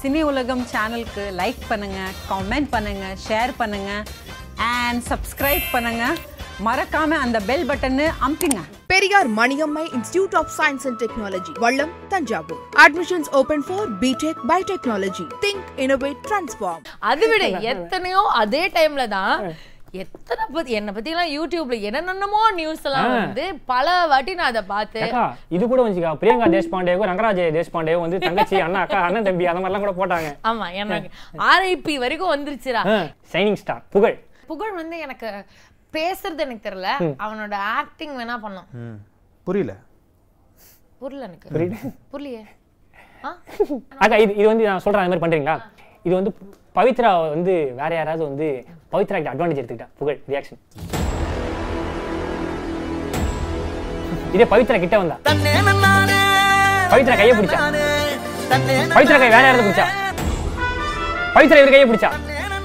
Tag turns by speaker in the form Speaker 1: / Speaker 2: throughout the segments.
Speaker 1: Cine Ulagam சேனலுக்கு like பண்ணுங்க comment பண்ணுங்க ஷேர் பண்ணுங்க அண்ட் சப்ஸ்கிரைப் பண்ணுங்க மறக்காம அந்த பெல் பட்டன்னு அமுத்திங்க
Speaker 2: Periyar Maniammai institute of science and technology Vallam Thanjavur admissions open for BTech by technology think innovate transform
Speaker 3: அது விட எத்தனையோ அதே டைம்ல தான் எத்தனை பத்தி என்ன பத்தி எல்லாம் யூடியூப்ல என்னென்னமோ நியூஸ் எல்லாம் வந்து பல வாட்டி நான் அதை பார்த்து
Speaker 4: அக்கா இது கூட வந்துச்சுக்கா பிரியங்கா தேஷ்பாண்டேவுக்கும் ரங்கராஜ் தேஷ்பாண்டேவும் வந்து தங்கச்சி அண்ணா அக்கா அண்ணன் தம்பி அந்த மாதிரிலாம் கூட போட்டாங்க
Speaker 3: ஆமா எனக்கு ஆர்ஐபி வரைக்கும் வந்துருச்சுடா
Speaker 4: சைனிங் ஸ்டார் புகழ்
Speaker 3: புகழ் வந்து எனக்கு பேசுறது எனக்கு தெரியல அவனோட ஆக்டிங் வேணா பண்ணலாம்
Speaker 5: புரியல
Speaker 3: புரியல எனக்கு
Speaker 4: புரியுது?
Speaker 3: புரியலையே ஆ?
Speaker 4: அக்கா இது இது வந்து நான் சொல்றேன் அந்த மாதிரி பண்றீங்களா இது வந்து பவித்ரா வந்து வேற யாராவது வந்து பவித்ரா கிட்ட அட்வான்டேஜ் எடுத்துக்கிட்டா புகழ் ரியாக்ஷன் இதே பவித்ரா கிட்ட வந்தா பவித்ரா கையை பிடிச்சா பவித்ரா கை வேற யாராவது பிடிச்சா பவித்ரா இவர் கையை பிடிச்சா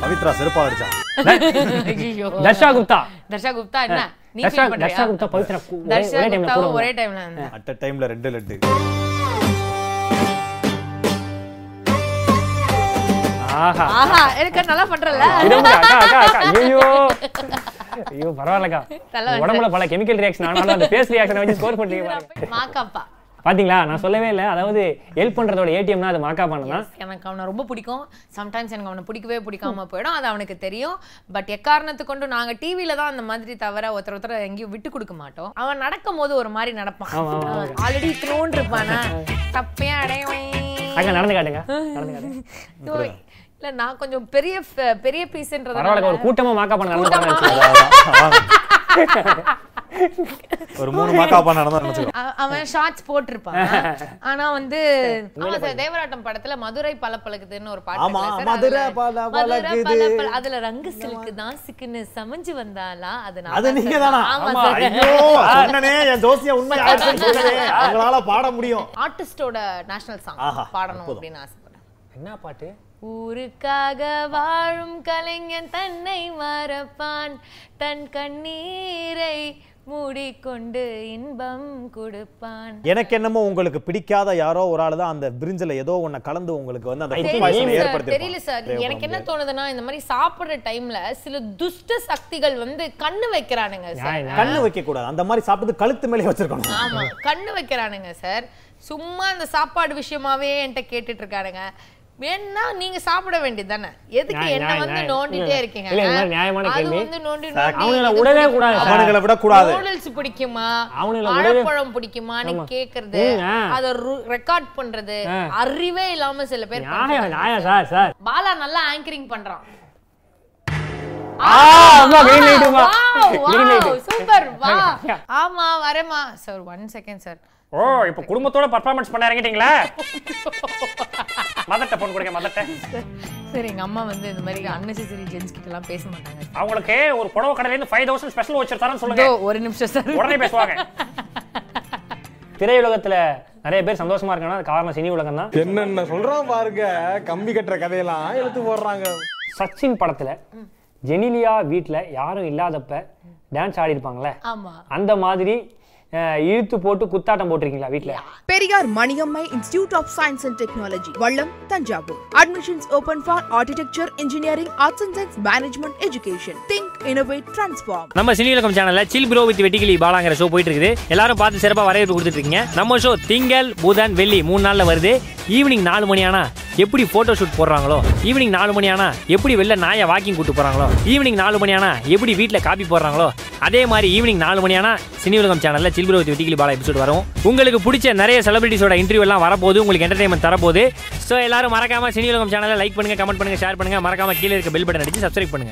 Speaker 5: பவித்ரா செருப்பா அடிச்சா
Speaker 3: ஐயோ.
Speaker 4: தர்ஷா குப்தா
Speaker 3: தர்ஷா குப்தா என்ன நீ
Speaker 4: தர்ஷா-
Speaker 3: feel பண்றியா?
Speaker 4: தர்ஷா குப்தா, பவித்ரா கு- ஒரே-
Speaker 3: தர்ஷா
Speaker 4: ஒரே timeல
Speaker 3: குப்தாவும்
Speaker 4: கூட வந்தா.
Speaker 3: ஒரே டைம்ல வந்தா.
Speaker 5: அட் அ டைம்ல ரெண்டு லட்டு
Speaker 4: ஆஹா
Speaker 3: ஆஹா எனக்கு நல்லா பண்றல
Speaker 4: இதோ பாரு, அக்கா அக்கா அக்கா ஐயோ ஐயோ பரவாயில்லக்கா
Speaker 3: தலை வலிச்சா.
Speaker 4: உடம்புல பல கெமிக்கல் ரியாக்ஷன் ஆனாலும் அந்த பேஸ் ரியாக்ஷனை வச்சு ஸ்கோர் பண்றீங்க பாருங்க
Speaker 3: மாக்காப்பா
Speaker 4: பாத்தீங்களா நான் சொல்லவே இல்லை அதாவது ஹெல்ப் பண்றதோட ஏடிஎம்னா அது மாக்கா பண்ணலாம்
Speaker 3: எனக்கு அவனை ரொம்ப பிடிக்கும் சம்டைம்ஸ் எனக்கு அவனை பிடிக்கவே பிடிக்காம போயிடும் அது அவனுக்கு தெரியும் பட் எக்காரணத்து கொண்டு நாங்க டிவில தான் அந்த மாதிரி தவிர ஒருத்தர் ஒருத்தர் எங்கேயும் விட்டு கொடுக்க மாட்டோம் அவன் நடக்கும் போது ஒரு மாதிரி நடப்பான்
Speaker 4: ஆமா, ஆமா, ஆமா.
Speaker 3: ஆல்ரெடி த்ரோன் இருப்பானா தப்பையா அடையவன்
Speaker 4: அக்கா நடந்து காட்டுங்க நடந்து காட்டுங்க
Speaker 3: தோ, இல்ல நான் கொஞ்சம் பெரிய ஃப- பெரிய பீஸ்ன்றதுனால
Speaker 4: பரவாயில்லக்கா ஒரு கூட்டமா மாக்கா பண்ண நடந்து
Speaker 3: கூட்டமா.
Speaker 4: காட்டுங்க.
Speaker 5: ஒரு மூணு மாக்கா அப்பா நடந்தா நினைச்சுக்கோ
Speaker 3: அ- அவன் ஷார்ட்ஸ் போட்டிருப்பான் ஆனா வந்து ஆமா சார் தேவராட்டம் படத்துல மதுரை பலப்பழக்குதுன்னு ஒரு பாட்டு
Speaker 5: ஆமா,
Speaker 3: இருக்குல்ல sir,
Speaker 5: மதுரை
Speaker 3: அதுல-
Speaker 5: பலபலக்குது.
Speaker 3: மதுரை பலபல- அதுல ரங்கு சிலுக்கு தான் சிக்குன்னு சமைஞ்சு வந்தாலா அது நான்
Speaker 5: அது
Speaker 3: தான்
Speaker 5: நீங்க
Speaker 3: sir.
Speaker 5: தானா
Speaker 3: ஆமா
Speaker 5: ஆமா
Speaker 3: சார்
Speaker 5: ஐயோ அண்ணனே என் ஜோசியா உண்மை ஆயிடுச்சுன்னு சொன்னனே, அவங்களால பாட முடியும்
Speaker 3: ஆர்டிஸ்டோட நேஷனல் சாங்
Speaker 5: ஆஹா,
Speaker 3: பாடணும்
Speaker 5: அற்புதம்.
Speaker 3: அப்படின்னு ஆசைப்படுறேன்
Speaker 4: என்ன பாட்டு
Speaker 3: ஊருக்காக வாழும் கலைஞன் தன்னை மறப்பான் தன் கண்ணீரை மூடிக்கொண்டு இன்பம் கொடுப்பான்
Speaker 5: எனக்கு என்னமோ உங்களுக்கு பிடிக்காத யாரோ ஒரு ஆளு தான் அந்த பிரிஞ்சில ஏதோ ஒண்ண கலந்து உங்களுக்கு வந்து அந்த food poison
Speaker 3: தெரியல சார்,
Speaker 5: ஏற்படுத்தியிருப்பான்.
Speaker 3: தெரியல சார்
Speaker 5: தேவைப்பட
Speaker 3: எனக்கு என்ன
Speaker 5: முடியாது.
Speaker 3: தோணுதுன்னா இந்த மாதிரி சாப்பிடுற டைம்ல சில துஷ்ட சக்திகள் வந்து கண்ணு வைக்கிறானுங்க சார்
Speaker 4: நியாயம்.
Speaker 5: கண்ணு வைக்க கூடாது அந்த மாதிரி சாப்பிட்டு கழுத்து மேலே வச்சிருக்கணும்
Speaker 3: ஆமா கண்ணு வைக்கிறானுங்க சார் சும்மா அந்த சாப்பாடு விஷயமாவே என்கிட்ட கேட்டுட்டு இருக்கானுங்க வேணா நீங்க சாப்பிட வேண்டியதானே எதுக்கு
Speaker 4: நியாயம்,
Speaker 3: என்ன
Speaker 4: நியாயம்,
Speaker 3: வந்து
Speaker 4: நியாயம்.
Speaker 3: நோண்டிட்டே இருக்கீங்க
Speaker 4: இல்ல, இது மாதிரி
Speaker 3: ஆ?
Speaker 4: நியாயமான
Speaker 3: அது
Speaker 4: கேள்வி.
Speaker 3: வந்து நோண்டி
Speaker 4: அவங்கள விடவே கூடாது சார்.
Speaker 5: அவனுங்களை விட கூடாது
Speaker 3: நூடுல்ஸ் பிடிக்குமா
Speaker 4: அவனுங்கள விடவே-
Speaker 3: வாழைப்பழம் பிடிக்குமான்னு
Speaker 4: ஆமா.
Speaker 3: கேக்குறது
Speaker 4: ம், ஆ.
Speaker 3: அத ரெக்கார்ட் பண்றது
Speaker 4: ஆ.
Speaker 3: அறிவே இல்லாம சில பேர்
Speaker 4: நியாயம் நியாயம் சார் சார்
Speaker 3: பாலா நல்லா ஆங்கரிங் பண்றான்
Speaker 4: ஆ அம்மா கிரீன் லைட்டுமா கிரீன் லைட்டு
Speaker 3: சூப்பர் வா
Speaker 4: ஐயா.
Speaker 3: ஆமா வரேம்மா சார் ஒன் செகண்ட் சார்
Speaker 4: ஓ இப்ப குடும்பத்தோட பர்ஃபார்மன்ஸ் பண்ண இறங்கிட்டீங்களா மதட்ட போன் கொடுங்க மதட்ட
Speaker 3: சார் எங்க அம்மா வந்து இந்த மாதிரி அன்னெசரி ஜென்ஸ் கிட்ட எல்லாம் பேச மாட்டாங்க
Speaker 4: அவங்களுக்கு ஒரு புடவை கடையில இருந்து ஃபைவ் தௌசண்ட் ஸ்பெஷல் வச்சு தரேன்னு சொல்லுங்க
Speaker 3: இதோ ஒரு நிமிஷம் சார்
Speaker 4: உடனே பேசுவாங்க திரையுலகத்துல நிறைய பேர் சந்தோஷமா இருக்காங்கன்னா அது காரணம் சினி உலகம் தான்
Speaker 6: என்னென்ன சொல்றான் பாருங்க கம்பி கட்டுற கதையெல்லாம் எடுத்து போடுறாங்க
Speaker 4: சச்சின் படத்துல ஜெனிலியா வீட்ல யாரும் இல்லாதப்ப டான்ஸ் ஆடி இருப்பாங்களே
Speaker 3: ஆமா
Speaker 4: அந்த மாதிரி அஹ், இழுத்து போட்டு குத்தாட்டம் போட்டிருக்கீங்களா வீட்ல
Speaker 2: Periyar Maniammai institute of science and technology Vallam Thanjavur admissions open for architecture engineering arts and science management education think innovate transform
Speaker 7: நம்ம சினி விளக்கம் சேனல்ல சில் ப்ரோ வித் வெட்டிக்கிளி பாலாங்கிற ஷோ போயிட்டு இருக்குது எல்லாரும் பார்த்து சிறப்பாக வரவேற்பு கொடுத்துட்டு இருக்கீங்க நம்ம ஷோ திங்கள் புதன் வெள்ளி மூணு நாள்ல வருது ஈவினிங் நாலு மணி ஆனா எப்படி போட்டோ ஷூட் போடுறாங்களோ ஈவினிங் நாலு மணி ஆனா எப்படி வெளில நாயை வாக்கிங் கூட்டு போறாங்களோ ஈவினிங் நாலு மணி ஆனா எப்படி வீட்டில் காப்பி போடுறாங்களோ அதே மாதிரி ஈவினிங் நாலு மணி ஆனா சினி உலகம் சேனல்ல chill bro with Vettikili Bala episode வரும் உங்களுக்கு பிடிச்ச நிறைய செலிபிரிட்டிஸோட இன்டர்வியூ எல்லாம் வரப்போகுது உங்களுக்கு என்டர்டைன்மெண்ட் தரப்போகுது ஸோ எல்லாரும் மறக்காம சினி உலகம் சேனலை லைக் பண்ணுங்க கமெண்ட் பண்ணுங்க ஷேர் பண்ணுங்க மறக்காம கீழே இருக்க பெல் பட்டன் அடிச்சு சப்ஸ்கிரைப் பண்ணுங்க